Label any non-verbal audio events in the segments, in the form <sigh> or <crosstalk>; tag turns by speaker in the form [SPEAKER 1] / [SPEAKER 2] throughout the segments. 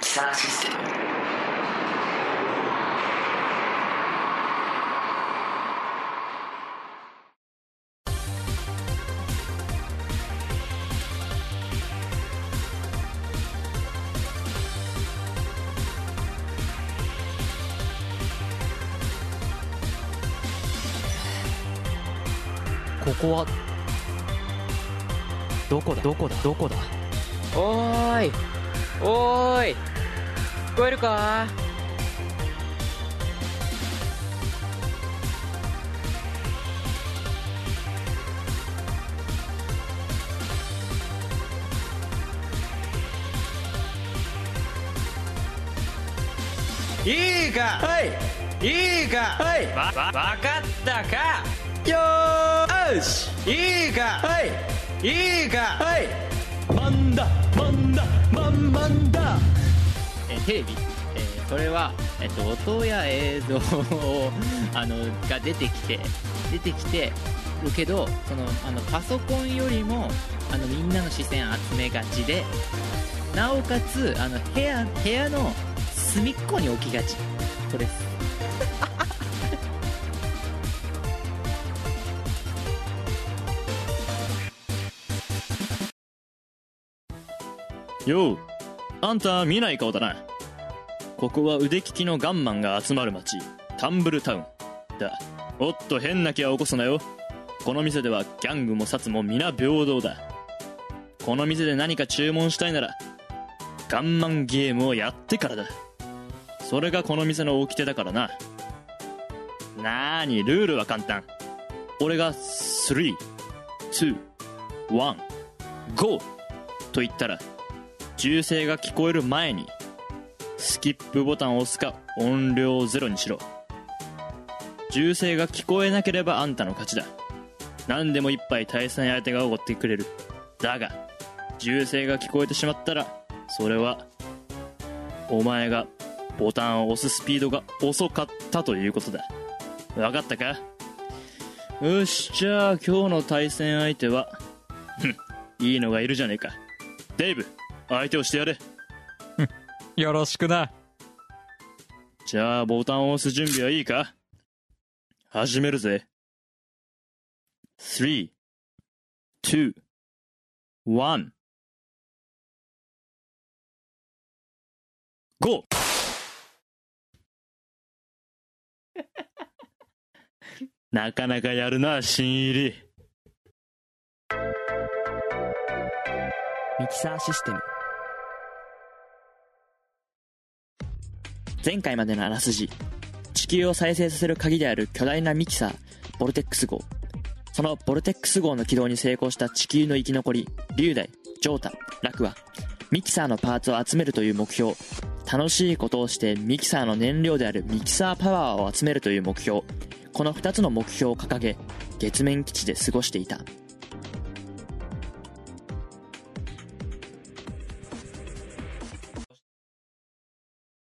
[SPEAKER 1] キサーシステム
[SPEAKER 2] ここは、どこだどこだどこだ
[SPEAKER 3] おーいおーい聞こえるかいいかはいいいかはいわわかったかよーしいいかはいいいかはい
[SPEAKER 2] マンダマンダマンマンダ
[SPEAKER 4] えーテレビ、えーこれは、えっと音や映像をあのが出てきて出てきてるけどそのあのパソコンよりもあのみんなの視線集めがちでなおかつあの部屋部屋の隅っこに置きがちこれです
[SPEAKER 2] ようあんた見ない顔だなここは腕利きのガンマンが集まる町タンブルタウンだおっと変な気は起こすなよこの店ではギャングも殺も皆平等だこの店で何か注文したいならガンマンゲームをやってからだそれがこの店の掟だからななーにルールは簡単俺が321ゴーと言ったら銃声が聞こえる前にスキップボタンを押すか音量をゼロにしろ銃声が聞こえなければあんたの勝ちだ何でも一杯対戦相手がおごってくれるだが銃声が聞こえてしまったらそれはお前がボタンを押すスピードが遅かったということだ分かったかよしじゃあ今日の対戦相手は <laughs> ふんいいのがいるじゃねえかデイブ相手をしてやれ
[SPEAKER 5] <laughs> よろしくな
[SPEAKER 2] じゃあボタンを押す準備はいいか始めるぜ321ゴー
[SPEAKER 5] <laughs>
[SPEAKER 2] なかなかやるな新入り
[SPEAKER 3] ミキサーシステム
[SPEAKER 1] 前回までのあらすじ地球を再生させる鍵である巨大なミキサーボルテックス号そのボルテックス号の起動に成功した地球の生き残り龍大ジョータラクはミキサーのパーツを集めるという目標楽しいことをしてミキサーの燃料であるミキサーパワーを集めるという目標この2つの目標を掲げ月面基地で過ごしていた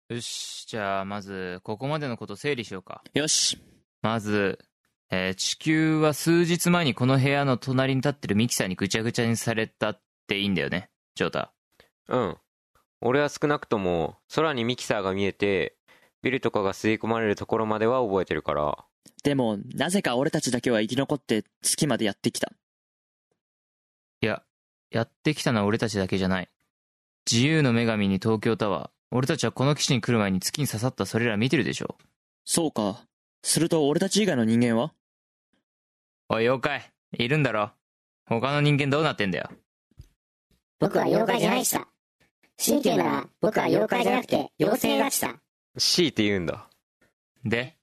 [SPEAKER 3] よし、じゃあまず、ここまでのことを整理しようか。
[SPEAKER 1] よし
[SPEAKER 3] まず、えー地球は数日前にこの部屋の隣に立ってるミキサーにぐちゃぐちゃにされたっていいんだよね、ジョータ。
[SPEAKER 6] うん。俺は少なくとも空にミキサーが見えて、ビルとかが吸い込まれるところまでは覚えてるから。
[SPEAKER 1] でもなぜか俺たちだけは生き残って月までやってきた
[SPEAKER 3] いや、やってきたのは俺たちだけじゃない。自由の女神に東京タワー。俺たちはこの基地に来る前に月に刺さったそれら見てるでしょ。
[SPEAKER 1] そうかすると俺たち以外の人間は
[SPEAKER 3] おい、妖怪。いるんだろ。他の人間どうなってんだよ。
[SPEAKER 7] 僕は妖怪じゃないしさ。神経なら僕は妖怪じゃなくて妖精だしさ。
[SPEAKER 6] 強いて言うんだ。
[SPEAKER 3] で、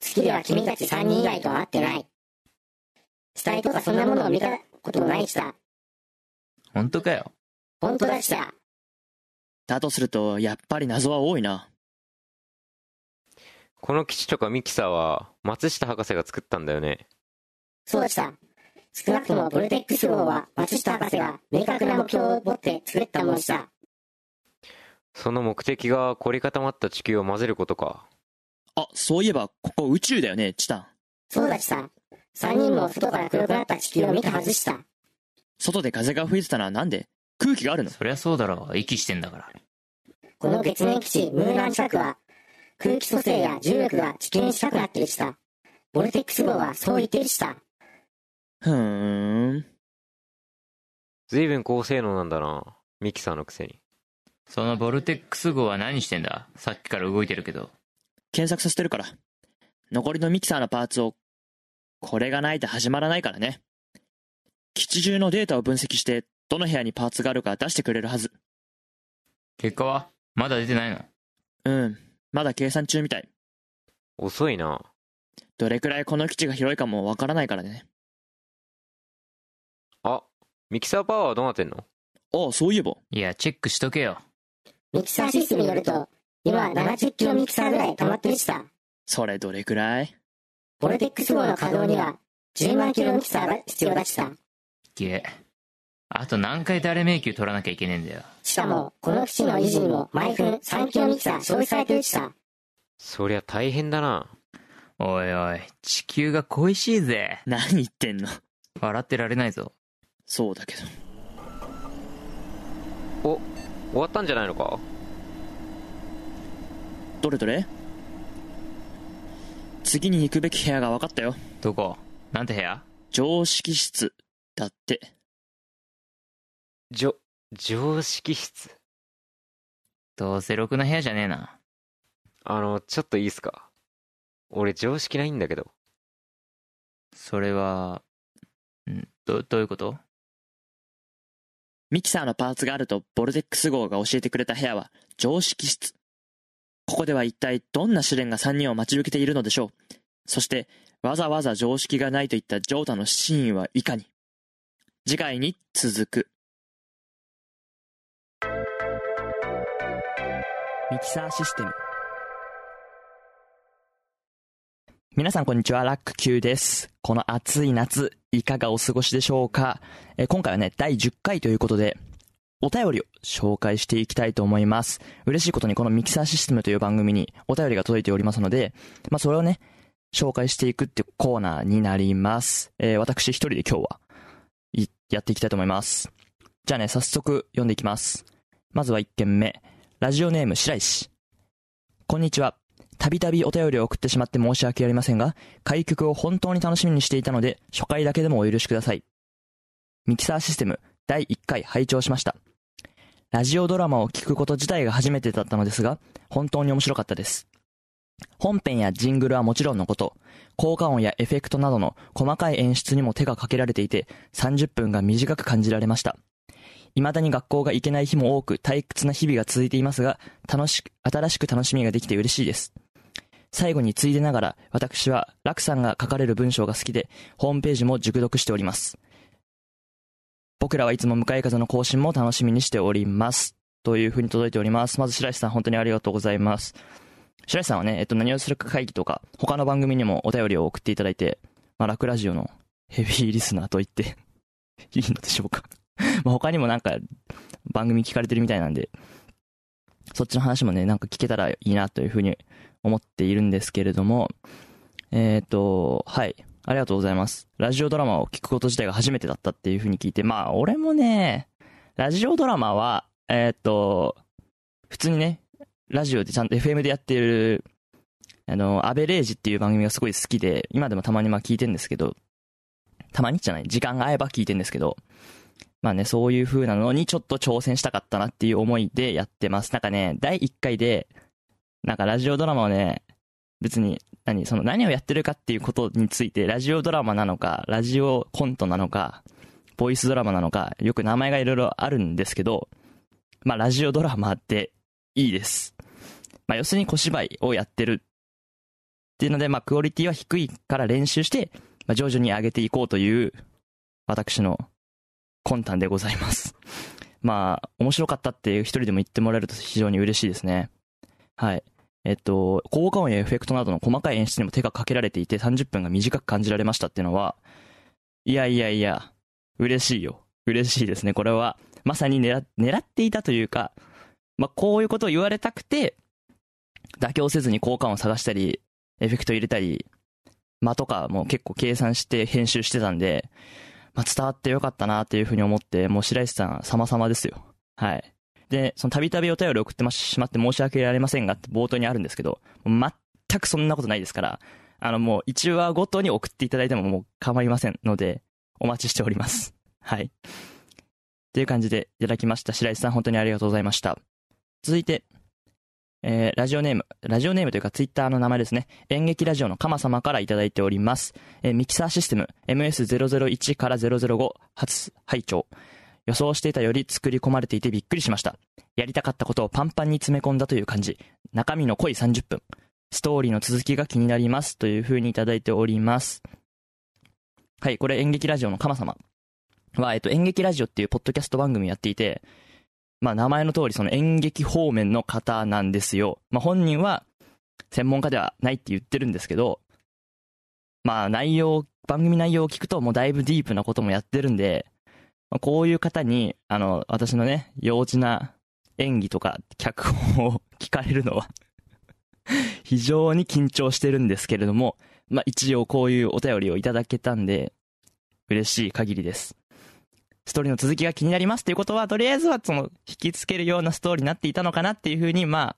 [SPEAKER 7] 月では君たち3人以外とは会ってない。死体とかそんなものを見たこともないしさ。
[SPEAKER 3] 本当かよ。
[SPEAKER 7] 本当だしさ。
[SPEAKER 2] だとすると、やっぱり謎は多いな。
[SPEAKER 6] この基地とかミキサーは、松下博士が作ったんだよね。
[SPEAKER 7] そうでした。少なくともボルテックス号は松下博士が明確な目標を持って作ったものした。
[SPEAKER 6] その目的が凝り固まった地球を混ぜることか。
[SPEAKER 2] あ、そういえば、ここ宇宙だよね、チタン。
[SPEAKER 7] そうだしさ。3人も外から黒くなった地球を見たはずしさ。
[SPEAKER 2] 外で風が吹いてたのはなんで空気があるの
[SPEAKER 3] そりゃそうだろう。息してんだから。
[SPEAKER 7] この月面基地ムーラン近くは空気組成や重力が地球に近くなっているしさ。ボルテックス号はそう言っているしさ。
[SPEAKER 2] ふーん。
[SPEAKER 6] 随分高性能なんだな。ミキサーのくせに。
[SPEAKER 3] そのボルテックス号は何してんださっきから動いてるけど。
[SPEAKER 2] 検索させてるから。残りのミキサーのパーツを、これがないと始まらないからね。基地中のデータを分析して、どの部屋にパーツがあるか出してくれるはず。
[SPEAKER 3] 結果はまだ出てないの
[SPEAKER 2] うん。まだ計算中みたい。
[SPEAKER 6] 遅いな。
[SPEAKER 2] どれくらいこの基地が広いかもわからないからね。
[SPEAKER 6] あ、ミキサーパワーはどうなってんの
[SPEAKER 2] ああ、そういえば。
[SPEAKER 3] いや、チェックしとけよ。
[SPEAKER 7] ミキサーシステムによると、今70キロミキサーぐらい溜まってるしさ。
[SPEAKER 2] それどれくらい
[SPEAKER 7] ボルテックス号の稼働には10万キロミキサーが必要だしさ。
[SPEAKER 3] げえ。あと何回誰迷宮取らなきゃいけねえんだよ。
[SPEAKER 7] しかも、この基地の維持にも毎分3キロミキサー消費されてるしさ。
[SPEAKER 6] そりゃ大変だな。
[SPEAKER 3] おいおい、地球が恋しいぜ。
[SPEAKER 2] 何言ってんの
[SPEAKER 3] 笑ってられないぞ。
[SPEAKER 2] そうだけど。
[SPEAKER 6] お、終わったんじゃないのか
[SPEAKER 2] どれどれ次に行くべき部屋が分かったよ。
[SPEAKER 3] どこなんて部屋
[SPEAKER 2] 常識室。だって。
[SPEAKER 6] じょ、常識室。
[SPEAKER 3] どうせろくな部屋じゃねえな。
[SPEAKER 6] あの、ちょっといいっすか俺常識ないんだけど。
[SPEAKER 3] それは、んど、どういうこと
[SPEAKER 2] ミキサーのパーツがあるとボルテックス号が教えてくれた部屋は常識室。ここでは一体どんな試練が3人を待ち受けているのでしょうそして、わざわざ常識がないといったジョータの真意はいかに次回に続く。ミキサーシステム。皆さんこんにちは、ラック Q です。この暑い夏、いかがお過ごしでしょうかえー今回はね、第10回ということで、お便りを紹介していきたいと思います。嬉しいことにこのミキサーシステムという番組にお便りが届いておりますので、まあそれをね、紹介していくってコーナーになります。えー私一人で今日は、いやっていきたいと思います。じゃあね、早速読んでいきます。まずは1件目。ラジオネーム白石。こんにちは。たびたびお便りを送ってしまって申し訳ありませんが、開局を本当に楽しみにしていたので、初回だけでもお許しください。ミキサーシステム第1回拝聴しました。ラジオドラマを聞くこと自体が初めてだったのですが、本当に面白かったです。本編やジングルはもちろんのこと、効果音やエフェクトなどの細かい演出にも手がかけられていて、30分が短く感じられました。未だに学校が行けない日も多く退屈な日々が続いていますが、楽しく、新しく楽しみができて嬉しいです。最後についでながら、私は、楽さんが書かれる文章が好きで、ホームページも熟読しております。僕らはいつも向かい風の更新も楽しみにしております。というふうに届いております。まず白石さん、本当にありがとうございます。白石さんはね、えっと、何をするか会議とか、他の番組にもお便りを送っていただいて、まあ、楽ラジオのヘビーリスナーと言って、 <laughs> いいのでしょうか。 <laughs> まあ、他にもなんか、番組聞かれてるみたいなんで、そっちの話もね、なんか聞けたらいいなというふうに思っているんですけれども、えっ、と、はい。ありがとうございます。ラジオドラマを聞くこと自体が初めてだったっていうふうに聞いて、まあ、俺もね、ラジオドラマは、えっ、と、普通にね、ラジオでちゃんと FM でやってる、あの、アベレージっていう番組がすごい好きで、今でもたまにまあ聞いてんですけど、たまにじゃない、時間が合えば聞いてんですけど、まあね、そういう風なのにちょっと挑戦したかったなっていう思いでやってます。なんかね、第1回で、なんかラジオドラマをね、別に、何、その何をやってるかっていうことについて、ラジオドラマなのか、ラジオコントなのか、ボイスドラマなのか、よく名前がいろいろあるんですけど、まあ、ラジオドラマっていいです。まあ、要するに小芝居をやってるっていうので、まあ、クオリティは低いから練習して、まあ、徐々に上げていこうという、私の魂胆でございます。まあ、面白かったっていう一人でも言ってもらえると非常に嬉しいですね。はい。えっと、効果音やエフェクトなどの細かい演出にも手がかけられていて30分が短く感じられましたっていうのは、いやいやいや、嬉しいよ。嬉しいですね。これは、まさに狙狙っていたというか、まあ、こういうことを言われたくて、妥協せずに効果音を探したり、エフェクト入れたり、間とかも結構計算して編集してたんで、まあ、伝わってよかったなっていうふうに思って、もう白石さん様々ですよ。はい。で、そのたびたびお便り送ってまししまって申し訳ありませんがって冒頭にあるんですけど、もう全くそんなことないですから、あのもう1話ごとに送っていただいてももう構いませんので、お待ちしております。 <laughs> はい。っていう感じでいただきました。白石さん本当にありがとうございました。続いて、えーラジオネーム、ラジオネームというかツイッターの名前ですね。演劇ラジオの鎌様からいただいております。えーミキサーシステム MS001 から005初拝聴予想していたより作り込まれていてびっくりしました。やりたかったことをパンパンに詰め込んだという感じ。中身の濃い30分。ストーリーの続きが気になります。という風にいただいております。はい、これ演劇ラジオの鎌様は、えっと、演劇ラジオっていうポッドキャスト番組やっていて、まあ、名前の通り、その演劇方面の方なんですよ。まあ、本人は、専門家ではないって言ってるんですけど、まあ、内容、番組内容を聞くと、もうだいぶディープなこともやってるんで、まあ、こういう方に、あの、私のね、幼稚な演技とか、脚本を聞かれるのは、 <laughs> 非常に緊張してるんですけれども、まあ、一応こういうお便りをいただけたんで、嬉しい限りです。ストーリーの続きが気になりますということは、とりあえずはその、引きつけるようなストーリーになっていたのかなっていうふうに、ま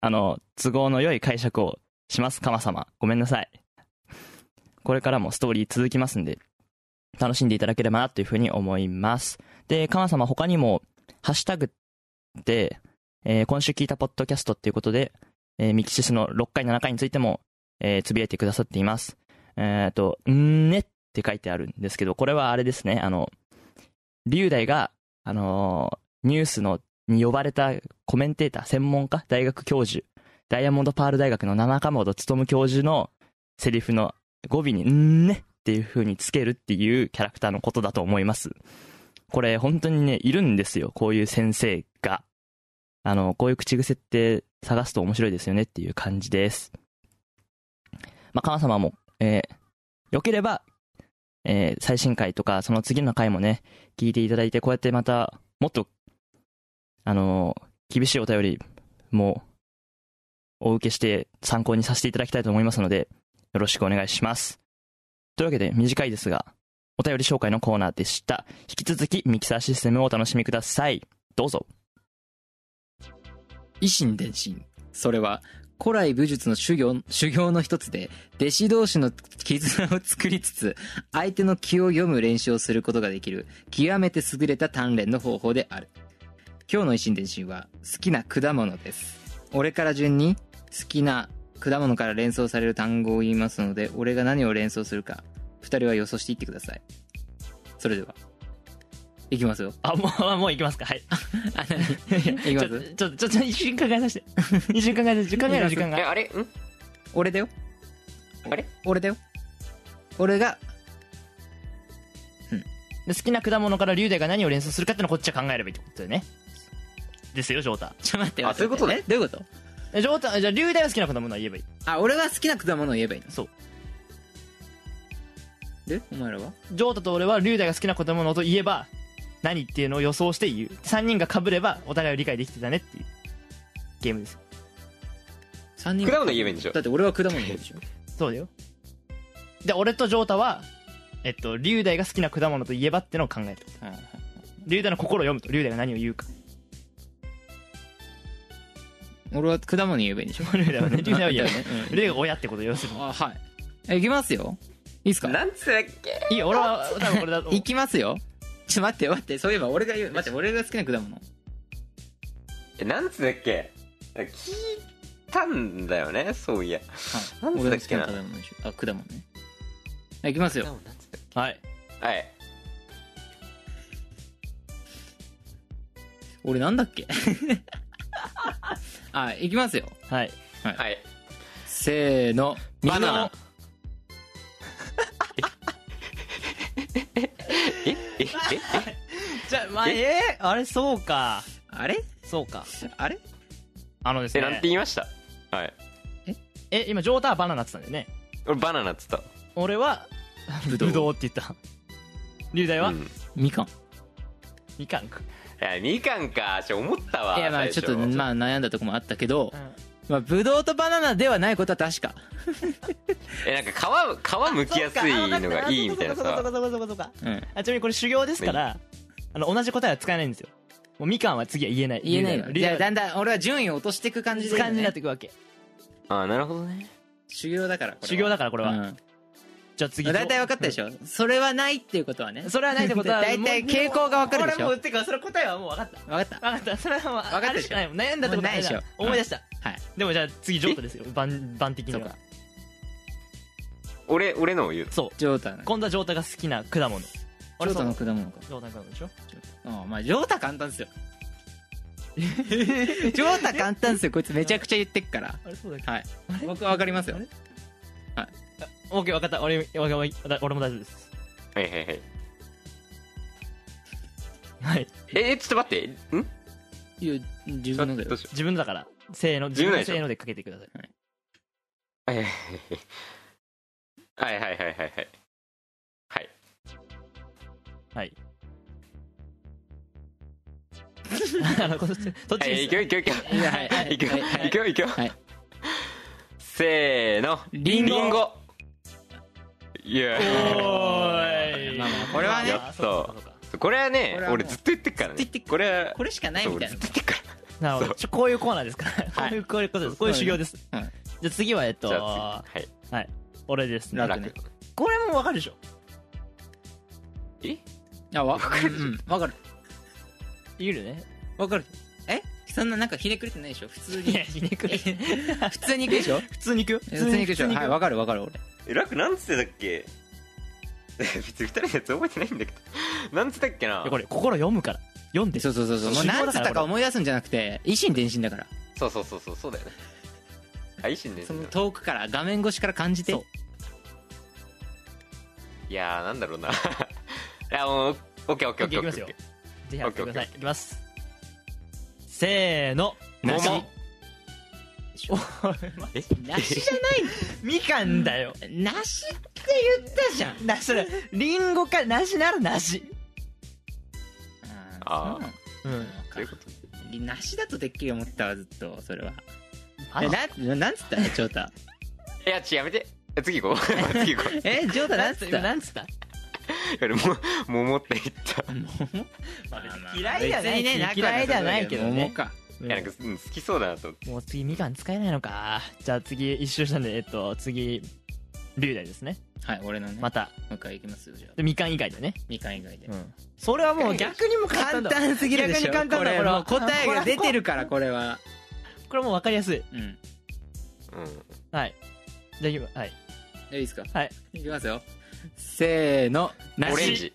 [SPEAKER 2] あ、あの、都合の良い解釈をします、カマ様。ごめんなさい。これからもストーリー続きますんで、楽しんでいただければなというふうに思います。で、カマ様他にも、ハッシュタグで、えー今週聞いたポッドキャストっていうことで、えーミキシスの6回、7回についても、えーつぶやいてくださっています。えっ、と、んーねって書いてあるんですけど、これはあれですね、あの、龍大が、あのーニュースのに呼ばれたコメンテーター、専門家、大学教授、ダイヤモンドパール大学の七日本勉教授のセリフの語尾に、んーねっていう風につけるっていうキャラクターのことだと思います。これ本当にね、いるんですよ、こういう先生が。あの、こういう口癖って探すと面白いですよねっていう感じです。まあ、カナ様も、えー、良ければ、えー最新回とか、その次の回もね、聞いていただいて、こうやってまた、もっと、あのー厳しいお便りも、お受けして参考にさせていただきたいと思いますので、よろしくお願いします。というわけで、短いですが、お便り紹介のコーナーでした。引き続き、ミキサーシステムをお楽しみください。どうぞ。
[SPEAKER 3] 維新伝心。それは、古来武術の修行、修行の一つで、弟子同士の絆を作りつつ、相手の気を読む練習をすることができる、極めて優れた鍛錬の方法である。今日の維新伝心は、好きな果物です。俺から順に、好きな果物から連想される単語を言いますので、俺が何を連想するか、二人は予想していってください。それでは。いきますよ。
[SPEAKER 2] あ、もう、 <laughs> もう行きますか。
[SPEAKER 6] <laughs>
[SPEAKER 2] はい。
[SPEAKER 3] あ、何いきます
[SPEAKER 2] ちょっと、ちょっと、一瞬考えさせて。 <laughs> 一瞬考えさせて。考える時間
[SPEAKER 6] え、
[SPEAKER 2] が。
[SPEAKER 6] あれん
[SPEAKER 3] 俺だよ。
[SPEAKER 6] あれ
[SPEAKER 3] 俺だよ。俺が
[SPEAKER 2] 好きな果物から龍大が何を連想するかってのをこっちは考えればいいってことだよね。ですよ、ジョータ。 <laughs>
[SPEAKER 3] ちょ、待って、
[SPEAKER 6] あ
[SPEAKER 3] 待って
[SPEAKER 6] そういうことね
[SPEAKER 3] えどういうこと
[SPEAKER 2] えジョータ、じゃあ、龍大が好きな果物は言えばいい。
[SPEAKER 3] あ、俺が好きな果物を言えばいいの
[SPEAKER 2] そう。
[SPEAKER 3] で、お前らは
[SPEAKER 2] ジョータと俺は龍大が好きな果物と言えば、何っていうのを予想して言う。3人が被れば、お互いを理解できてたねっていうゲームです。
[SPEAKER 3] 三人
[SPEAKER 6] 果物言えばいいんでしょ
[SPEAKER 3] だって俺は果物言えばいい
[SPEAKER 6] <laughs>
[SPEAKER 3] でしょ。
[SPEAKER 2] そうだよ。で、俺とジョータは、えっと、龍大が好きな果物と言えばってのを考える。龍大の心を読むと、龍大が何を言うか。
[SPEAKER 3] 俺は果物言えばいいんでしょ。
[SPEAKER 2] 龍大はね、龍大は言えばね。
[SPEAKER 3] <laughs> う
[SPEAKER 2] 龍大が親ってことを要する
[SPEAKER 3] んあ、はい。え、いきますよ。いいっすか
[SPEAKER 6] なんつだっけ
[SPEAKER 2] に。いいよ、俺は、多分これだと思う
[SPEAKER 3] いきますよ。ちょ、待って、待って、そういえば俺が言う、待って、俺が好きな果物。
[SPEAKER 6] え、なんつだっけ聞いたんだよねそういやなんだ
[SPEAKER 8] 俺が
[SPEAKER 6] っけな
[SPEAKER 8] 好きな食べ物でしょあ果物ね
[SPEAKER 3] いきますよ
[SPEAKER 8] はい
[SPEAKER 6] はい
[SPEAKER 3] 俺なんだっけ <laughs> あいきますよ
[SPEAKER 2] はい
[SPEAKER 6] はい
[SPEAKER 3] せーの
[SPEAKER 6] バナナええええ
[SPEAKER 2] じゃあまあえーあれそうか
[SPEAKER 3] あれ
[SPEAKER 2] そうか
[SPEAKER 3] あれ
[SPEAKER 2] あのです
[SPEAKER 6] えなんて
[SPEAKER 2] ね
[SPEAKER 6] 言いましたはい
[SPEAKER 2] え今ジョータはバナナって言ったんだよね
[SPEAKER 6] 俺バナナっつった
[SPEAKER 2] 俺はブドウって言った龍大は、
[SPEAKER 6] うん
[SPEAKER 3] みかん
[SPEAKER 2] みかんく
[SPEAKER 6] いやみかんかちょ思ったわ
[SPEAKER 3] いやまあちょっと
[SPEAKER 6] 最初
[SPEAKER 3] まあ悩んだとこもあったけど、
[SPEAKER 2] ん
[SPEAKER 3] まあブドウとバナナではないことは確か
[SPEAKER 6] えなんか皮皮むきやすいのがいいみたいな
[SPEAKER 2] そうか
[SPEAKER 6] さ
[SPEAKER 2] そうかそうかそうかそうかそうかそうか
[SPEAKER 3] うん
[SPEAKER 2] あちなみにこれ修行ですからあの同じ答えは使えないんですよもうみかんは次は言えない
[SPEAKER 3] 言えないの
[SPEAKER 2] 龍
[SPEAKER 3] じゃあ
[SPEAKER 2] 大
[SPEAKER 3] だんだん俺は順位を落としていく感じでいいの
[SPEAKER 2] 感
[SPEAKER 3] ね、
[SPEAKER 2] じになっていくわけ
[SPEAKER 6] あなるほどね
[SPEAKER 3] 修行だからこれは
[SPEAKER 2] 修行だからこれは、
[SPEAKER 3] うん
[SPEAKER 2] じゃあ次
[SPEAKER 3] まあ大体分かったでしょ、それはないっていうことはね
[SPEAKER 2] それはないってことは
[SPEAKER 3] 大体傾向が分かるでしょ
[SPEAKER 2] 俺もうてかそれ答えはもう分かった
[SPEAKER 3] 分かった
[SPEAKER 2] 分かったそれはもう分
[SPEAKER 3] かったでしょ
[SPEAKER 2] ないもん悩んだってことは
[SPEAKER 3] もうないでしょ
[SPEAKER 2] あれだ思い出した、
[SPEAKER 3] はい
[SPEAKER 2] でもじゃあ次ジョータですよ番番的に
[SPEAKER 3] そう
[SPEAKER 2] は
[SPEAKER 3] か
[SPEAKER 6] 俺俺のを言う
[SPEAKER 2] そう
[SPEAKER 3] ジョータのジ
[SPEAKER 2] 今度はジョータが好きな果物ジ
[SPEAKER 3] ョータの果物か
[SPEAKER 2] ジョータの果物でしょ
[SPEAKER 3] うんまあジョータ簡単ですよジョータ簡単ですよこいつめちゃくちゃ言ってっから
[SPEAKER 2] あれそうだっけ
[SPEAKER 3] はい僕は分かりますよ
[SPEAKER 2] あれオッケー分かった俺俺俺俺も大丈夫です
[SPEAKER 6] はいはいはい
[SPEAKER 2] はい
[SPEAKER 6] ええちょっと待ってん
[SPEAKER 3] いや自分のだ
[SPEAKER 6] どう
[SPEAKER 3] よ
[SPEAKER 6] しよ
[SPEAKER 2] 自分のだからせーの自
[SPEAKER 6] 自
[SPEAKER 2] 分
[SPEAKER 6] 分の
[SPEAKER 2] の
[SPEAKER 6] でしょ
[SPEAKER 2] せーのでかけてくださいう
[SPEAKER 6] はいはいはいはいはいはいはいはい
[SPEAKER 2] は
[SPEAKER 6] はい
[SPEAKER 2] い。あの、こっち、そっち
[SPEAKER 6] は
[SPEAKER 2] で
[SPEAKER 6] い
[SPEAKER 2] す
[SPEAKER 6] いくよいくよいくよ
[SPEAKER 3] いやはいはい
[SPEAKER 6] いくよ
[SPEAKER 3] はいはい
[SPEAKER 6] いくよいくよ
[SPEAKER 3] はい
[SPEAKER 6] せーの
[SPEAKER 3] リンゴ
[SPEAKER 6] リンゴいや
[SPEAKER 2] おーい。
[SPEAKER 3] まあまあこれはね
[SPEAKER 2] まあまあそうかそうか
[SPEAKER 6] これはね
[SPEAKER 3] これはもう
[SPEAKER 6] 俺ずっと言ってっか
[SPEAKER 3] ず
[SPEAKER 6] ら
[SPEAKER 3] っと
[SPEAKER 6] ね
[SPEAKER 3] 言ってっ
[SPEAKER 6] これは
[SPEAKER 3] これしかない
[SPEAKER 6] そう
[SPEAKER 3] みた
[SPEAKER 6] 俺
[SPEAKER 3] い
[SPEAKER 6] ず
[SPEAKER 3] な
[SPEAKER 6] っと言ってっから
[SPEAKER 2] なるほど。ちょこういうコーナーですから。こういう、こういうことです。こういう修行です。じ
[SPEAKER 3] は
[SPEAKER 2] ゃ
[SPEAKER 3] い
[SPEAKER 2] あ次は、えっと
[SPEAKER 6] じ、ゃあ次
[SPEAKER 2] 俺です
[SPEAKER 6] は
[SPEAKER 2] ね
[SPEAKER 6] い。
[SPEAKER 3] 楽ね
[SPEAKER 6] 楽
[SPEAKER 2] これもわかるでしょ
[SPEAKER 6] え
[SPEAKER 3] あわかるうんわかる
[SPEAKER 2] 言うよね。
[SPEAKER 3] わかるえそんななんかひねくれてないでしょ普通
[SPEAKER 2] い
[SPEAKER 3] に
[SPEAKER 2] や、 <laughs> ひねくれ。
[SPEAKER 3] 普通にいくでしょ
[SPEAKER 2] 普通に行くよ。普
[SPEAKER 3] 普通にいくでしょはいわかるわかる俺
[SPEAKER 6] え楽なんつってたっけ <laughs> 別に二人のやつ覚えてないんだけどなんつったっけない
[SPEAKER 2] やこれ、心読むから。読んで。
[SPEAKER 3] そうそうそうそうもう
[SPEAKER 2] 信号
[SPEAKER 3] 何
[SPEAKER 2] だ
[SPEAKER 3] つ
[SPEAKER 2] から
[SPEAKER 3] ったか思い出すんじゃなくて維心伝心だから
[SPEAKER 6] そうそうそうそうそうだよねあ維新ね
[SPEAKER 3] その遠くから画面越しから感じて
[SPEAKER 2] そう
[SPEAKER 6] いやーなんだろうな <laughs> いやもうオッケーオッケーオッケーオッ
[SPEAKER 2] オッケーいきます
[SPEAKER 6] ケー
[SPEAKER 2] よぜひやってください。
[SPEAKER 6] オッケーオッケー
[SPEAKER 2] いきます。せーの。
[SPEAKER 6] 桃え
[SPEAKER 3] 梨じゃ
[SPEAKER 2] みかんだよ。
[SPEAKER 3] ない梨って言ったじゃん
[SPEAKER 2] な、それ、りんごか、梨なら梨。
[SPEAKER 6] あ
[SPEAKER 2] う
[SPEAKER 6] ー
[SPEAKER 2] ん。
[SPEAKER 6] どういうこと
[SPEAKER 3] 梨梨だとてっきり思ったわずっとそれは
[SPEAKER 2] あ
[SPEAKER 3] えななんつったジョータ
[SPEAKER 6] いやちやめて次
[SPEAKER 3] <laughs>
[SPEAKER 6] 行こう次行こうい
[SPEAKER 3] えジョータなんつっ
[SPEAKER 2] 今
[SPEAKER 3] た
[SPEAKER 2] なんつった
[SPEAKER 6] やでも桃って言った
[SPEAKER 2] 嫌いではない
[SPEAKER 3] 別にね
[SPEAKER 2] 嫌いではないけどね
[SPEAKER 3] 桃か
[SPEAKER 6] いやなんか、うん、好きそうだなと思って
[SPEAKER 2] もう次みかん使えないのかじゃあ次一周したんでえっと次龍大ですね
[SPEAKER 3] はい俺のねも
[SPEAKER 2] また
[SPEAKER 3] う一回いきますよじゃあ
[SPEAKER 2] でみかん以外だね
[SPEAKER 3] みかん以外で
[SPEAKER 2] それはもう逆にも簡
[SPEAKER 3] 簡
[SPEAKER 2] 単
[SPEAKER 3] 単すぎるでしょ
[SPEAKER 2] 逆に簡単だこ
[SPEAKER 3] これ
[SPEAKER 2] れは
[SPEAKER 3] もう答えが出てるからこれは
[SPEAKER 2] これもう分かりやすい
[SPEAKER 3] うん
[SPEAKER 6] うん
[SPEAKER 2] はいじゃあ今はい
[SPEAKER 3] いいですか
[SPEAKER 2] はい
[SPEAKER 3] いきますよせーの
[SPEAKER 6] オレンジ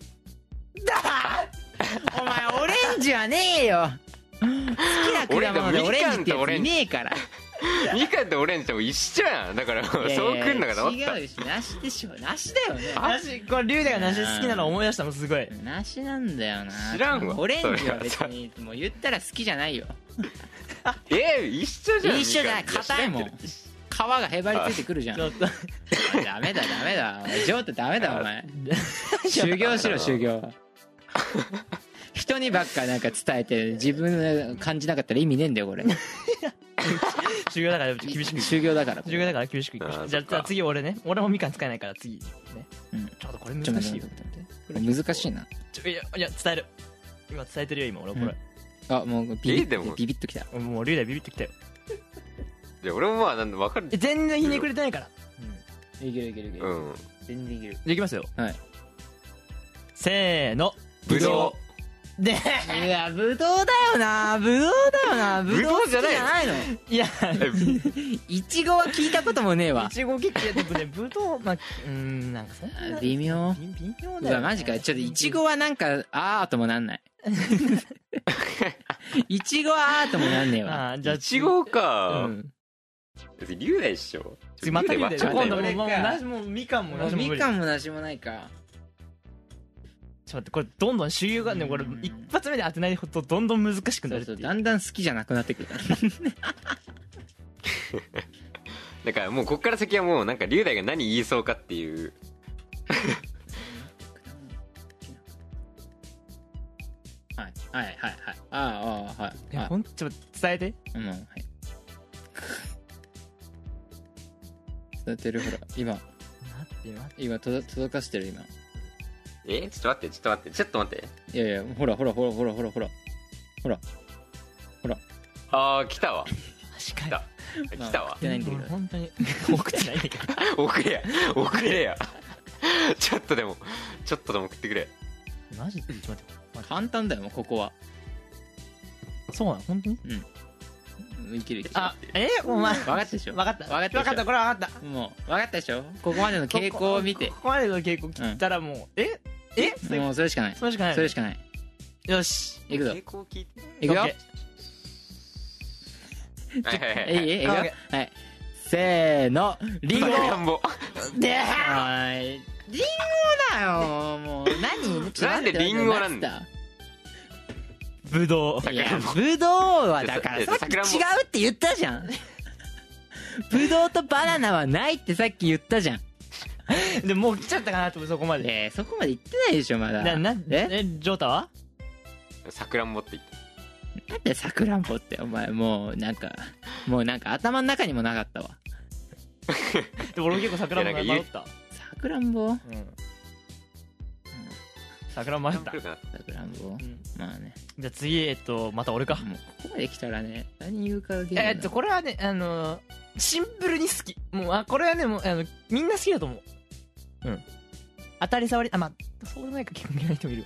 [SPEAKER 3] お前オレンジはねえよ好きな果物でオレンジってやついねえから
[SPEAKER 6] みかんとオレンジでも一緒やんだからそうくんのかと思っ
[SPEAKER 3] いやいや違うし梨でしょ梨だよね
[SPEAKER 2] 梨これ龍大が梨好きなの思い出したのすごい
[SPEAKER 3] 梨なんだよな
[SPEAKER 6] 知らんわ
[SPEAKER 3] オレンジは別にもう言ったら好きじゃないよ
[SPEAKER 6] たえー一緒じゃん
[SPEAKER 3] 一緒じゃない
[SPEAKER 6] みか
[SPEAKER 3] 硬いもん
[SPEAKER 6] や知らけど
[SPEAKER 3] 皮がへばりついてくるじゃん
[SPEAKER 2] ちょっと <laughs>
[SPEAKER 3] ダメだダメだお前ジョーってダメだお前 <laughs> 修行しろ修行人にばっかなんか伝えて自分の感じなかったら意味ねえんだよこれ
[SPEAKER 2] 修行だから厳しく
[SPEAKER 3] 修行だから
[SPEAKER 2] 修行だから厳しくいく
[SPEAKER 6] あー
[SPEAKER 2] じゃあ
[SPEAKER 6] そっか
[SPEAKER 2] じゃあ次俺ね俺もみかん使えないから次ね
[SPEAKER 3] うん
[SPEAKER 2] ちょっとこれ
[SPEAKER 3] ちょっと
[SPEAKER 2] 難
[SPEAKER 3] 待っ
[SPEAKER 2] していよ
[SPEAKER 3] 待って待ってこれ難しいな
[SPEAKER 2] ちょいやいや伝える今伝えてるよ今俺これ
[SPEAKER 3] あもうビビ
[SPEAKER 6] えで
[SPEAKER 3] ッ
[SPEAKER 6] も
[SPEAKER 3] ビビッときた
[SPEAKER 2] もう龍大ビビってきたよ
[SPEAKER 6] いや俺もまあなんだ分かる
[SPEAKER 2] え全然ひねくれてないから
[SPEAKER 3] いけるいけるいける、
[SPEAKER 6] うん
[SPEAKER 3] 全然いける
[SPEAKER 2] じゃあいきますよ
[SPEAKER 3] はい
[SPEAKER 2] せーの
[SPEAKER 6] ぶど
[SPEAKER 9] で、
[SPEAKER 3] <laughs> いや、ぶどうだよな、ぶどうだよな、ぶどうじゃないの。いや、いちごは聞いたこともねえわ
[SPEAKER 9] い。ちご切ってやってね、ぶどう、まあ、うーん、なんかそんな、
[SPEAKER 3] 微妙。
[SPEAKER 9] 微微妙
[SPEAKER 3] う
[SPEAKER 9] だよ、
[SPEAKER 3] わ、
[SPEAKER 9] ね。
[SPEAKER 3] マジかよ。ちょっと、いちごはなんか、あーと
[SPEAKER 2] <laughs>
[SPEAKER 3] もなんない。いちごはあーともなんねえわ。
[SPEAKER 2] あーじゃあ
[SPEAKER 6] いちご
[SPEAKER 3] う
[SPEAKER 6] か。
[SPEAKER 3] ん。
[SPEAKER 6] 別に龍大っしょ。
[SPEAKER 2] 次また
[SPEAKER 6] 龍
[SPEAKER 2] 言う
[SPEAKER 6] 大
[SPEAKER 2] で
[SPEAKER 6] ちょ
[SPEAKER 2] 今度
[SPEAKER 6] っ
[SPEAKER 2] も
[SPEAKER 6] と
[SPEAKER 2] うもう
[SPEAKER 3] 俺か
[SPEAKER 2] なしもうみかんもなしも無
[SPEAKER 3] み
[SPEAKER 2] 理
[SPEAKER 3] かんもなしもないか。
[SPEAKER 2] ちょっと待ってこれどんどん主流がねこれ一発目で当てないほどどんどん難しく
[SPEAKER 3] そ
[SPEAKER 2] なるっ
[SPEAKER 3] う
[SPEAKER 2] て
[SPEAKER 3] そ
[SPEAKER 2] いう
[SPEAKER 3] う、だんだん好きじゃなくなってくる。
[SPEAKER 6] だからもうこっから先はもうなんか龍大が何言いそうかっていう。
[SPEAKER 3] はい、はい、はい、はい。あーあー、はい。
[SPEAKER 2] いや
[SPEAKER 3] あ
[SPEAKER 2] ほんとちょっと伝えて
[SPEAKER 3] うん、はい。育てる、ほら、今、今、とど届かしてる、今。
[SPEAKER 6] えちょっと待って、ちょっと待って、ちょっと待って。
[SPEAKER 3] いやいや、ほら、ほら、ほら、ほら、ほら、ほら。
[SPEAKER 6] あー、来たわ。
[SPEAKER 2] 確
[SPEAKER 6] かに来たわ
[SPEAKER 3] 来。てないんだけど。
[SPEAKER 2] 本当に送ってないんだけど
[SPEAKER 6] <laughs> 遅れや。遅れや。ちょっとでも、ちょっとでも送ってくれ。
[SPEAKER 2] マジでちょっと待って
[SPEAKER 3] 簡単だよ、もうここは。
[SPEAKER 2] そうなの本当に
[SPEAKER 3] いけるいける。
[SPEAKER 9] あ、えお
[SPEAKER 2] <laughs>
[SPEAKER 9] 前。
[SPEAKER 3] 分かったでしょ
[SPEAKER 9] わかった。
[SPEAKER 3] 分かったでしょ
[SPEAKER 9] わかった、これわかった。
[SPEAKER 3] もう、分かったでしょここまでの傾向を見て
[SPEAKER 2] こ。こ <laughs> までの傾向切ったらもうええそれ
[SPEAKER 3] もう、それしかない。
[SPEAKER 2] それしかない
[SPEAKER 3] それしかない。
[SPEAKER 2] よし
[SPEAKER 3] いくぞ。
[SPEAKER 6] 向聞いて。
[SPEAKER 3] いくよ。
[SPEAKER 2] オッ
[SPEAKER 3] い
[SPEAKER 2] ケ
[SPEAKER 6] はいはいはい
[SPEAKER 3] い
[SPEAKER 6] はい。
[SPEAKER 3] いいいくよ。はい。せーの、リンゴ
[SPEAKER 6] 赤ん坊
[SPEAKER 3] でーい。リンゴだよもう、 <laughs> 何ちょっと待って
[SPEAKER 6] なんでリンゴなんだ
[SPEAKER 3] 待って
[SPEAKER 2] ーぶど
[SPEAKER 3] いや
[SPEAKER 6] 桜んぼ、
[SPEAKER 3] ぶどうはだか
[SPEAKER 6] い
[SPEAKER 3] ら
[SPEAKER 6] や
[SPEAKER 3] さっき違
[SPEAKER 6] 桜
[SPEAKER 3] う
[SPEAKER 6] も
[SPEAKER 3] って言ったじゃん。ぶどうとバナナはないってさっき言ったじゃん。
[SPEAKER 2] <laughs> うでもう来ちゃったかなと思うそこまで
[SPEAKER 3] えー、そこまで言ってないでしょ、まだ。
[SPEAKER 2] なな
[SPEAKER 3] え
[SPEAKER 2] えジョータは
[SPEAKER 6] 桜んぼって言って。
[SPEAKER 3] なんでさくらんぼってお前もうなんかもうなんか頭の中にもなかったわ
[SPEAKER 2] でも俺も結構桜も
[SPEAKER 6] いやなんか
[SPEAKER 2] 迷
[SPEAKER 6] 言う
[SPEAKER 2] った
[SPEAKER 3] さくらんぼ
[SPEAKER 2] うん桜も迷った
[SPEAKER 6] 来るかな
[SPEAKER 3] さくらんぼ、
[SPEAKER 2] ん
[SPEAKER 3] まあね
[SPEAKER 2] じゃあ次えっとまた俺か
[SPEAKER 3] もうここまで来たらね何言うかゲーム
[SPEAKER 2] えっとこれはねあのーシンプルに好きもうあこれはねもうあのみんな好きだと思ううん当たり障りあまあそうでもないか結構嫌い人もいる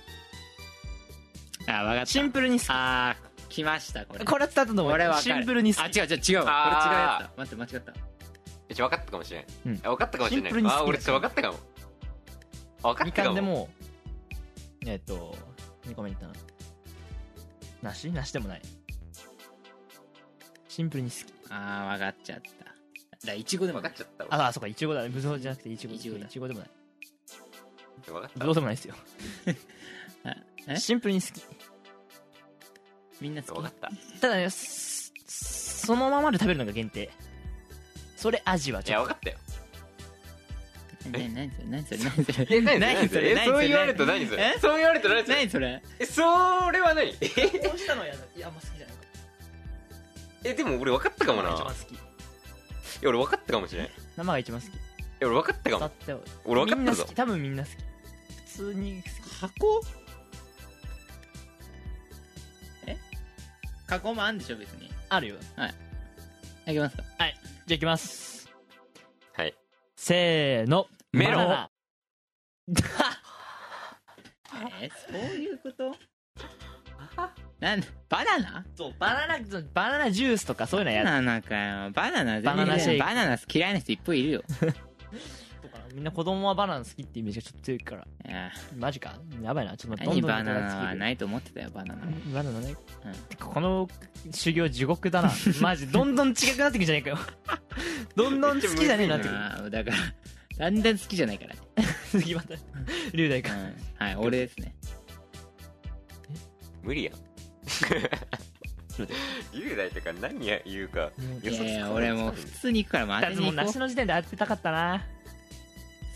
[SPEAKER 3] あ分かった
[SPEAKER 2] シンプルに好き
[SPEAKER 3] あー来ましたこれ
[SPEAKER 2] これは伝わったと思う
[SPEAKER 3] これわかる
[SPEAKER 2] シンプルに好
[SPEAKER 3] あ
[SPEAKER 2] き
[SPEAKER 3] 違う違う違うわ
[SPEAKER 6] あ
[SPEAKER 3] これ違うやつだ待って間違っ
[SPEAKER 6] えちょ、分かったかもしれない。
[SPEAKER 2] うん
[SPEAKER 6] え分かったかもしれ
[SPEAKER 2] シンプル
[SPEAKER 6] な
[SPEAKER 2] に好
[SPEAKER 6] い。
[SPEAKER 2] き
[SPEAKER 6] あー、俺ちょっと分かったかも。あ分か
[SPEAKER 2] み
[SPEAKER 6] った
[SPEAKER 2] か
[SPEAKER 6] か
[SPEAKER 2] んで
[SPEAKER 6] も。
[SPEAKER 2] もえっと2個目いったな梨梨でもないシンプルに好き
[SPEAKER 3] たあー分かっちゃっただからいちごでも
[SPEAKER 6] 分か
[SPEAKER 3] な
[SPEAKER 6] っ
[SPEAKER 3] い
[SPEAKER 6] ちゃったわ。
[SPEAKER 2] ああそうかいちごだねぶどうじゃなくていちご
[SPEAKER 3] いちごだ
[SPEAKER 2] いちごでもない
[SPEAKER 6] 分かっ
[SPEAKER 2] ぶどうでもないです <laughs> よ
[SPEAKER 3] え
[SPEAKER 2] シンプルに好き
[SPEAKER 3] みんな
[SPEAKER 6] た。
[SPEAKER 3] 好
[SPEAKER 6] 分
[SPEAKER 3] き
[SPEAKER 6] かった。
[SPEAKER 2] ただねすそのままで食べるのが限定それ味はいち
[SPEAKER 6] や、
[SPEAKER 2] ょっ
[SPEAKER 6] 分かったよ。
[SPEAKER 3] えな何それ何それ何それ
[SPEAKER 6] え、何
[SPEAKER 3] 何それ
[SPEAKER 6] え
[SPEAKER 3] 何それ
[SPEAKER 6] そう言われると何それ
[SPEAKER 3] え
[SPEAKER 6] そう言われると何それ
[SPEAKER 3] 何それ
[SPEAKER 6] え、それは何
[SPEAKER 2] とこうしたのは嫌だいやあんま好きじゃないか
[SPEAKER 6] え、でも俺分かったかもな。い
[SPEAKER 2] 一番好
[SPEAKER 6] や、
[SPEAKER 2] き
[SPEAKER 6] 俺分かったかもしれない。い
[SPEAKER 2] 生が一番好き
[SPEAKER 6] や、俺分かったか
[SPEAKER 2] だっ
[SPEAKER 6] も。
[SPEAKER 2] て
[SPEAKER 6] 俺分か
[SPEAKER 2] み
[SPEAKER 6] っ
[SPEAKER 2] ん
[SPEAKER 6] た
[SPEAKER 2] な
[SPEAKER 6] ぞ
[SPEAKER 2] 好。き多分みんな好き普通に好き
[SPEAKER 3] 箱え箱もあんでしょ別に
[SPEAKER 2] あるよ
[SPEAKER 3] あげますか
[SPEAKER 2] じゃあいきます
[SPEAKER 6] はい。
[SPEAKER 2] せーの
[SPEAKER 6] メロン
[SPEAKER 2] バナナ
[SPEAKER 3] えそういうことなんバナナ
[SPEAKER 2] そうバナナそうバナナジュースとかそういうのは
[SPEAKER 3] バ
[SPEAKER 2] やだ
[SPEAKER 3] ナナかよバナナ全
[SPEAKER 2] バナ
[SPEAKER 3] 然
[SPEAKER 2] ナシェイク
[SPEAKER 3] バナナ嫌いな人いっぱいいるよ
[SPEAKER 2] とかなみんな子供はバナナ好きってイメージがちょっと強いから
[SPEAKER 3] いや
[SPEAKER 2] マジかやばいなちょっとど
[SPEAKER 3] 何
[SPEAKER 2] んどん
[SPEAKER 3] バナナは
[SPEAKER 2] ない
[SPEAKER 3] ないと思ってたよバナナ
[SPEAKER 2] バナナない、この修行地獄だなマジどんどん違くなってくんじゃねえかよどんどん好きじゃねえなってくる
[SPEAKER 3] あーだからだんだん好きじゃな
[SPEAKER 2] <laughs>
[SPEAKER 3] いからね、
[SPEAKER 2] 次また龍大か
[SPEAKER 3] うん、はい俺ですね
[SPEAKER 6] 無理 <laughs> やん。雄大とか何や言うか
[SPEAKER 2] うん
[SPEAKER 3] いやいや
[SPEAKER 6] か
[SPEAKER 3] 俺もう普通に行くからもう当
[SPEAKER 2] だってても
[SPEAKER 3] に
[SPEAKER 2] う
[SPEAKER 3] 行こ
[SPEAKER 2] 梨の時点で当てたかったな
[SPEAKER 3] う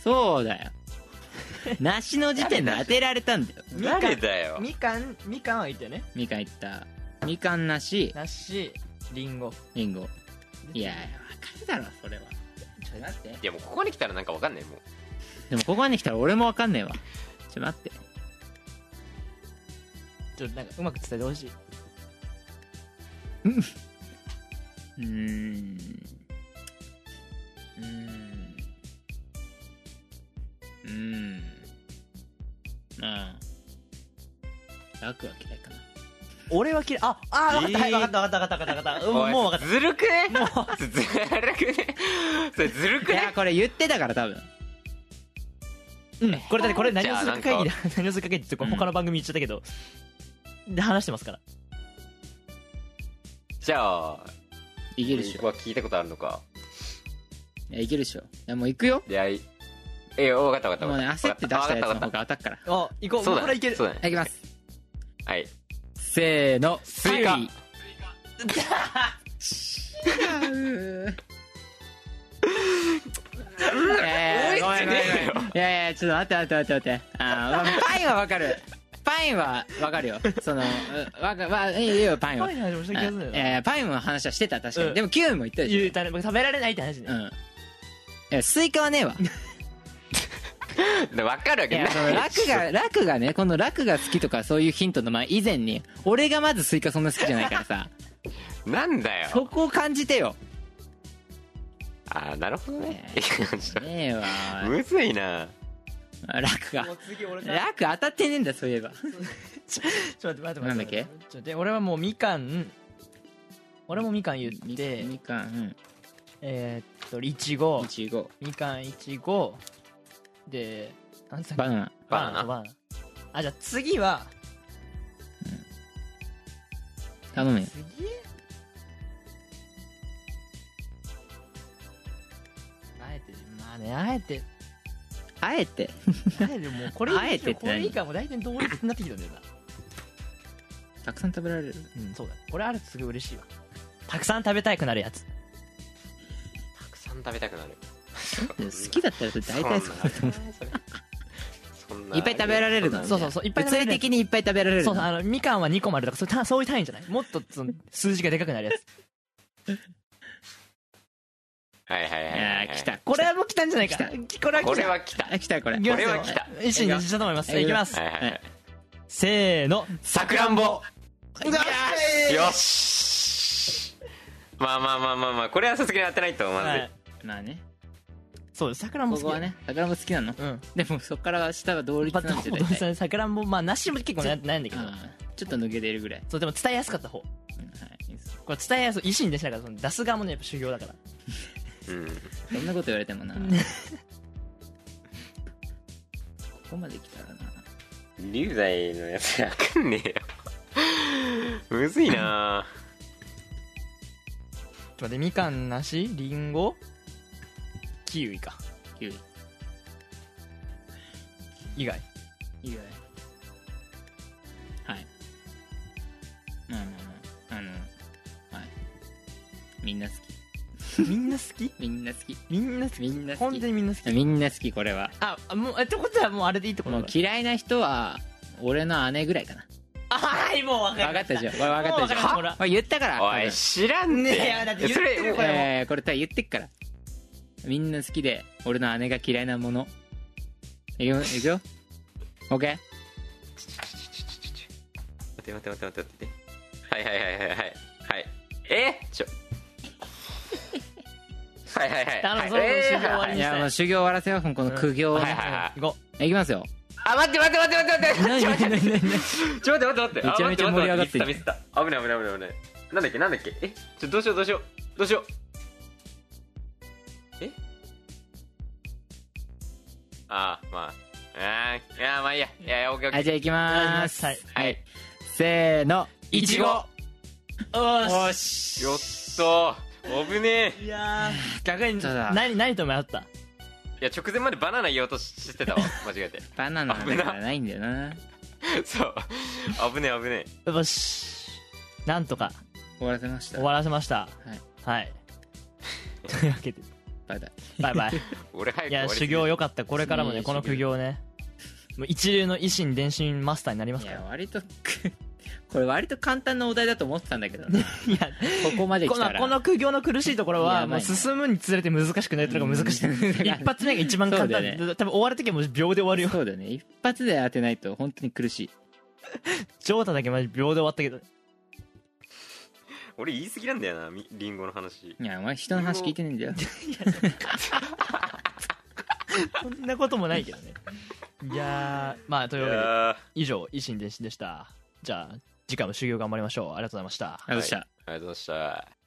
[SPEAKER 3] そうだよ梨の時点で当てられたんだよ
[SPEAKER 6] 誰だよ
[SPEAKER 2] みかんみかんはいてね
[SPEAKER 3] みかん言ったみかん梨
[SPEAKER 2] 梨りんご
[SPEAKER 3] りんごいやいや分かるだろそれはちょっと待って
[SPEAKER 6] いやもうここに来たらなんか分かんないもう
[SPEAKER 3] でもここまで来たら俺も分かんねえわちょっと待って
[SPEAKER 2] ちょっとなんかうまく伝えてほしいう
[SPEAKER 3] ーんうーんうーんああダークは嫌いかな。
[SPEAKER 9] 俺は嫌い。あ、あ、分かった、はい、分かった、分かった、分かった、分かった。うん
[SPEAKER 6] おい
[SPEAKER 9] もう分かっ
[SPEAKER 6] ずるくねずるくねそれずるく
[SPEAKER 3] い
[SPEAKER 6] ね
[SPEAKER 3] や、これ言ってたから多分。
[SPEAKER 9] た。うん、これだってこれ何をするか会
[SPEAKER 6] じ
[SPEAKER 9] 議だ。何をするか会議ってこれ他の番組言っちゃったけど、で話してますから。
[SPEAKER 6] じゃあ
[SPEAKER 3] いけるでしょ。
[SPEAKER 6] は聞いたことあるのか
[SPEAKER 3] いや、いけるでしょ。いや、もう行くよ。
[SPEAKER 6] いやいえ分かった分かった
[SPEAKER 3] もうね、
[SPEAKER 6] 分か
[SPEAKER 3] 焦って出したやつ
[SPEAKER 6] 分
[SPEAKER 3] の
[SPEAKER 6] か
[SPEAKER 3] 方
[SPEAKER 6] った
[SPEAKER 3] が当たっから。
[SPEAKER 9] あ、行こう。
[SPEAKER 6] そう
[SPEAKER 9] こ
[SPEAKER 6] だ
[SPEAKER 9] れ
[SPEAKER 6] ね
[SPEAKER 9] いける。
[SPEAKER 6] そうだね
[SPEAKER 3] いきます。
[SPEAKER 6] はい
[SPEAKER 3] せーの。
[SPEAKER 6] スイカ
[SPEAKER 3] パイ <laughs> 違う。えー、ごめんごめんごめんいやいやちょっと待って待って待って待ってあー、まあ、 <laughs> パインはわかるパインはわかるよそのうわか、まあ、いいよパインは
[SPEAKER 9] パインの話もした気がする
[SPEAKER 3] い
[SPEAKER 9] よな。
[SPEAKER 3] やいやパインの話はしてた確かに、
[SPEAKER 9] うん
[SPEAKER 3] でもキウイも言ったでし
[SPEAKER 9] 言うたね。僕食べられないって話
[SPEAKER 3] ょう
[SPEAKER 9] ね。
[SPEAKER 3] んいやスイカはねえわ
[SPEAKER 6] 分かるわ
[SPEAKER 3] い
[SPEAKER 6] け
[SPEAKER 3] やそ
[SPEAKER 6] な
[SPEAKER 3] の
[SPEAKER 6] い
[SPEAKER 3] 楽が楽がねこの楽が好きとかそういうヒントの前以前に俺がまずスイカそんな好きじゃないから <laughs> さ
[SPEAKER 6] なんだよ
[SPEAKER 3] そこを感じてよ
[SPEAKER 6] ああなるほどね
[SPEAKER 3] えねえわおい
[SPEAKER 6] <laughs> むずいな
[SPEAKER 3] 楽が
[SPEAKER 9] もう次俺だ。
[SPEAKER 3] 楽当たってねえんだそういえば
[SPEAKER 9] <laughs> ちょっと待って待って。
[SPEAKER 3] なんだっけ
[SPEAKER 9] ちょっと待って俺はもうみかん。俺もみかん言
[SPEAKER 3] み
[SPEAKER 9] って、
[SPEAKER 3] みかん
[SPEAKER 9] えーっと、いちご
[SPEAKER 3] い。ちご
[SPEAKER 9] みかん、いちご。で、なんつったっ
[SPEAKER 3] バ
[SPEAKER 9] け
[SPEAKER 3] ナナ
[SPEAKER 6] バナナ
[SPEAKER 9] バナナ。あ、じゃあ次は、
[SPEAKER 3] 頼むよ
[SPEAKER 9] 次あえて、まあね、あえて、
[SPEAKER 3] あえて
[SPEAKER 9] あえてもうこれ
[SPEAKER 3] あえてって何
[SPEAKER 9] これ以下もう大体どうにかなってきたんだよな。
[SPEAKER 3] たくさん食べられる
[SPEAKER 9] うん、そうだ。これあるとすごい嬉しいよ。たくさん食べたくなるやつ。
[SPEAKER 6] たくさん食べたくなる
[SPEAKER 3] 好きだったらそれ大体そう
[SPEAKER 6] そんなそんない
[SPEAKER 3] っぱい食べられるの
[SPEAKER 9] そうそうそういっぱい食べられ
[SPEAKER 3] 物
[SPEAKER 9] る
[SPEAKER 3] 理的にいっぱい食べられる
[SPEAKER 9] そ
[SPEAKER 3] の
[SPEAKER 9] うそう、あの、みかんは2個までとか、そうたそういう単位じゃない。もっとその数字がでかくなるやつ。
[SPEAKER 6] はいはいはいはい
[SPEAKER 3] あ
[SPEAKER 6] はい
[SPEAKER 3] ー来た
[SPEAKER 9] これはもう来たんじゃないか。これは来た。
[SPEAKER 6] これは来た
[SPEAKER 3] あ来たこれ
[SPEAKER 9] いきます
[SPEAKER 6] これ
[SPEAKER 9] よ
[SPEAKER 6] は来た
[SPEAKER 9] 一心二致したと思います。
[SPEAKER 3] いや
[SPEAKER 9] いきます
[SPEAKER 6] は。いはいはい
[SPEAKER 9] せーの。
[SPEAKER 6] さくらんぼよしまあまあまあまあまあこれはさすがに当てないと思うん
[SPEAKER 9] は
[SPEAKER 6] で
[SPEAKER 9] い
[SPEAKER 3] まあね
[SPEAKER 9] そう、桜も
[SPEAKER 3] こ
[SPEAKER 9] 好き
[SPEAKER 3] こ
[SPEAKER 9] だよ
[SPEAKER 3] は。ね桜も好きなの
[SPEAKER 9] うん。
[SPEAKER 3] でもそっから下は同率
[SPEAKER 9] まあ、
[SPEAKER 3] なんです
[SPEAKER 9] どうも
[SPEAKER 3] よ
[SPEAKER 9] どう
[SPEAKER 3] 大体
[SPEAKER 9] せ桜んぼ、まあ、梨も結構悩悩んだけど。
[SPEAKER 3] あーちょっと抜けてるぐらい
[SPEAKER 9] そう、でも伝えやすかった方。
[SPEAKER 3] うんはいいいっす
[SPEAKER 9] これ伝えやすい、維新でしたから、その出す側もね、やっぱ修行だから。
[SPEAKER 6] うん
[SPEAKER 3] そんなこと言われてもなここまで来たらな
[SPEAKER 6] 龍大のやつわかんねえよむずいな
[SPEAKER 9] ちょっと待って、みかん、梨、りんご、キウイか。
[SPEAKER 3] キウイ
[SPEAKER 9] 以外。
[SPEAKER 3] いいよねはいまあまあまああのはいみんな好き
[SPEAKER 9] みんな好き
[SPEAKER 3] みんな好き
[SPEAKER 9] みんな好き
[SPEAKER 3] みんな好
[SPEAKER 9] 本当
[SPEAKER 3] き
[SPEAKER 9] にみんな好き。
[SPEAKER 3] みんな好きこれは
[SPEAKER 9] あ、あもう、えってことはもうあれでいいってこと
[SPEAKER 3] も
[SPEAKER 9] な
[SPEAKER 3] う
[SPEAKER 9] の
[SPEAKER 3] 嫌いな人は俺の姉ぐらい
[SPEAKER 9] <laughs>
[SPEAKER 3] かな
[SPEAKER 9] あはい、もう分か
[SPEAKER 3] 分かっ
[SPEAKER 9] りましたた。
[SPEAKER 3] でしょわ分かったでし
[SPEAKER 9] もう分かりました
[SPEAKER 3] ょ
[SPEAKER 9] ほら
[SPEAKER 3] おい言ったから
[SPEAKER 6] おい知らんね
[SPEAKER 9] いやだって言って
[SPEAKER 6] そ
[SPEAKER 9] る
[SPEAKER 6] れ
[SPEAKER 9] これも
[SPEAKER 3] えーこれ多分言ってっからみんな好きで俺の姉が嫌いなものいくよいくよ <laughs> OK
[SPEAKER 6] 待って待って待って待って待ってはいはいはいはいはいはいえちょはいはいはい
[SPEAKER 9] 頼む
[SPEAKER 6] はい
[SPEAKER 9] そろそろ終
[SPEAKER 6] はい
[SPEAKER 9] わ
[SPEAKER 6] は
[SPEAKER 9] り
[SPEAKER 6] い
[SPEAKER 9] に
[SPEAKER 3] いやもう修行終わらせようこの苦行を
[SPEAKER 6] はい
[SPEAKER 3] ね、
[SPEAKER 6] はいはい
[SPEAKER 9] 行こ
[SPEAKER 3] いきます
[SPEAKER 9] <laughs>
[SPEAKER 3] よ
[SPEAKER 6] あ待って待って待って待って待って待ってちょ待って待って待って
[SPEAKER 3] めちゃめちゃ
[SPEAKER 6] あ
[SPEAKER 3] 盛り上がって
[SPEAKER 6] 待
[SPEAKER 3] る
[SPEAKER 6] ってミスったミスった危ない危ない危ない危ないなんだっけなんだっけえちょどうしようどうしようどうしようえあーまああーいやーまあいいやいやいやオッケーオッ
[SPEAKER 3] はい <laughs>
[SPEAKER 6] ケー
[SPEAKER 3] じゃあいき
[SPEAKER 9] う。
[SPEAKER 3] まーす
[SPEAKER 9] <laughs> はい。
[SPEAKER 6] はい
[SPEAKER 3] せーの
[SPEAKER 6] いちごよ
[SPEAKER 9] おーし。
[SPEAKER 6] っと危ねえ
[SPEAKER 9] いやー、逆に、
[SPEAKER 3] ただ
[SPEAKER 9] 何、何と迷った
[SPEAKER 6] いや直前までバナナ言おうとしてたわ <laughs> 間違えて
[SPEAKER 3] バナナだからないんだよな
[SPEAKER 6] そう危ねえ危ねえ
[SPEAKER 9] よし。なんとか
[SPEAKER 3] 終わらせました
[SPEAKER 9] 終わらせました。はい。というわけで、
[SPEAKER 3] バイバイ
[SPEAKER 9] バイ
[SPEAKER 3] <laughs>
[SPEAKER 9] バイ。
[SPEAKER 6] 俺早く
[SPEAKER 9] い
[SPEAKER 6] 終わ
[SPEAKER 9] や、
[SPEAKER 6] りすぎ
[SPEAKER 9] 修
[SPEAKER 6] る
[SPEAKER 9] 行良かった。これからも
[SPEAKER 3] い
[SPEAKER 9] ね、
[SPEAKER 3] い
[SPEAKER 9] この苦行ね。もう一流の維新伝心マスターになります
[SPEAKER 3] い
[SPEAKER 9] か
[SPEAKER 3] や
[SPEAKER 9] ら。
[SPEAKER 3] 割と <laughs> これ割と簡単なお題だと思ってたんだけどなこ
[SPEAKER 9] <laughs> いや、
[SPEAKER 3] こまで
[SPEAKER 9] こ
[SPEAKER 3] 来た
[SPEAKER 9] の
[SPEAKER 3] ら
[SPEAKER 9] この苦行の苦しいところ
[SPEAKER 3] やば
[SPEAKER 9] はいもう
[SPEAKER 3] ね
[SPEAKER 9] 進むにつれて難しくなるところが難しい
[SPEAKER 3] うん
[SPEAKER 9] 一発目が一番簡単で、
[SPEAKER 3] そうだ
[SPEAKER 9] 多分終わる時はもう秒で終わるよ
[SPEAKER 3] そうだよね一発で当てないと本当に苦しい
[SPEAKER 9] ジョータだけマジ秒で終わったけど
[SPEAKER 6] 俺言い過ぎなんだよなみリンゴの話
[SPEAKER 3] いやお前人の話聞いてねえんだよ
[SPEAKER 9] そ
[SPEAKER 3] <laughs>
[SPEAKER 9] んなこともないけどねいやーまあと
[SPEAKER 6] い
[SPEAKER 9] いうわけで
[SPEAKER 6] や
[SPEAKER 9] 以上維新伝心でした
[SPEAKER 10] じゃあ次回も修行頑張りましょうありがとうございました
[SPEAKER 9] ありがとうございまし
[SPEAKER 6] ありが
[SPEAKER 9] た。
[SPEAKER 6] とうございました。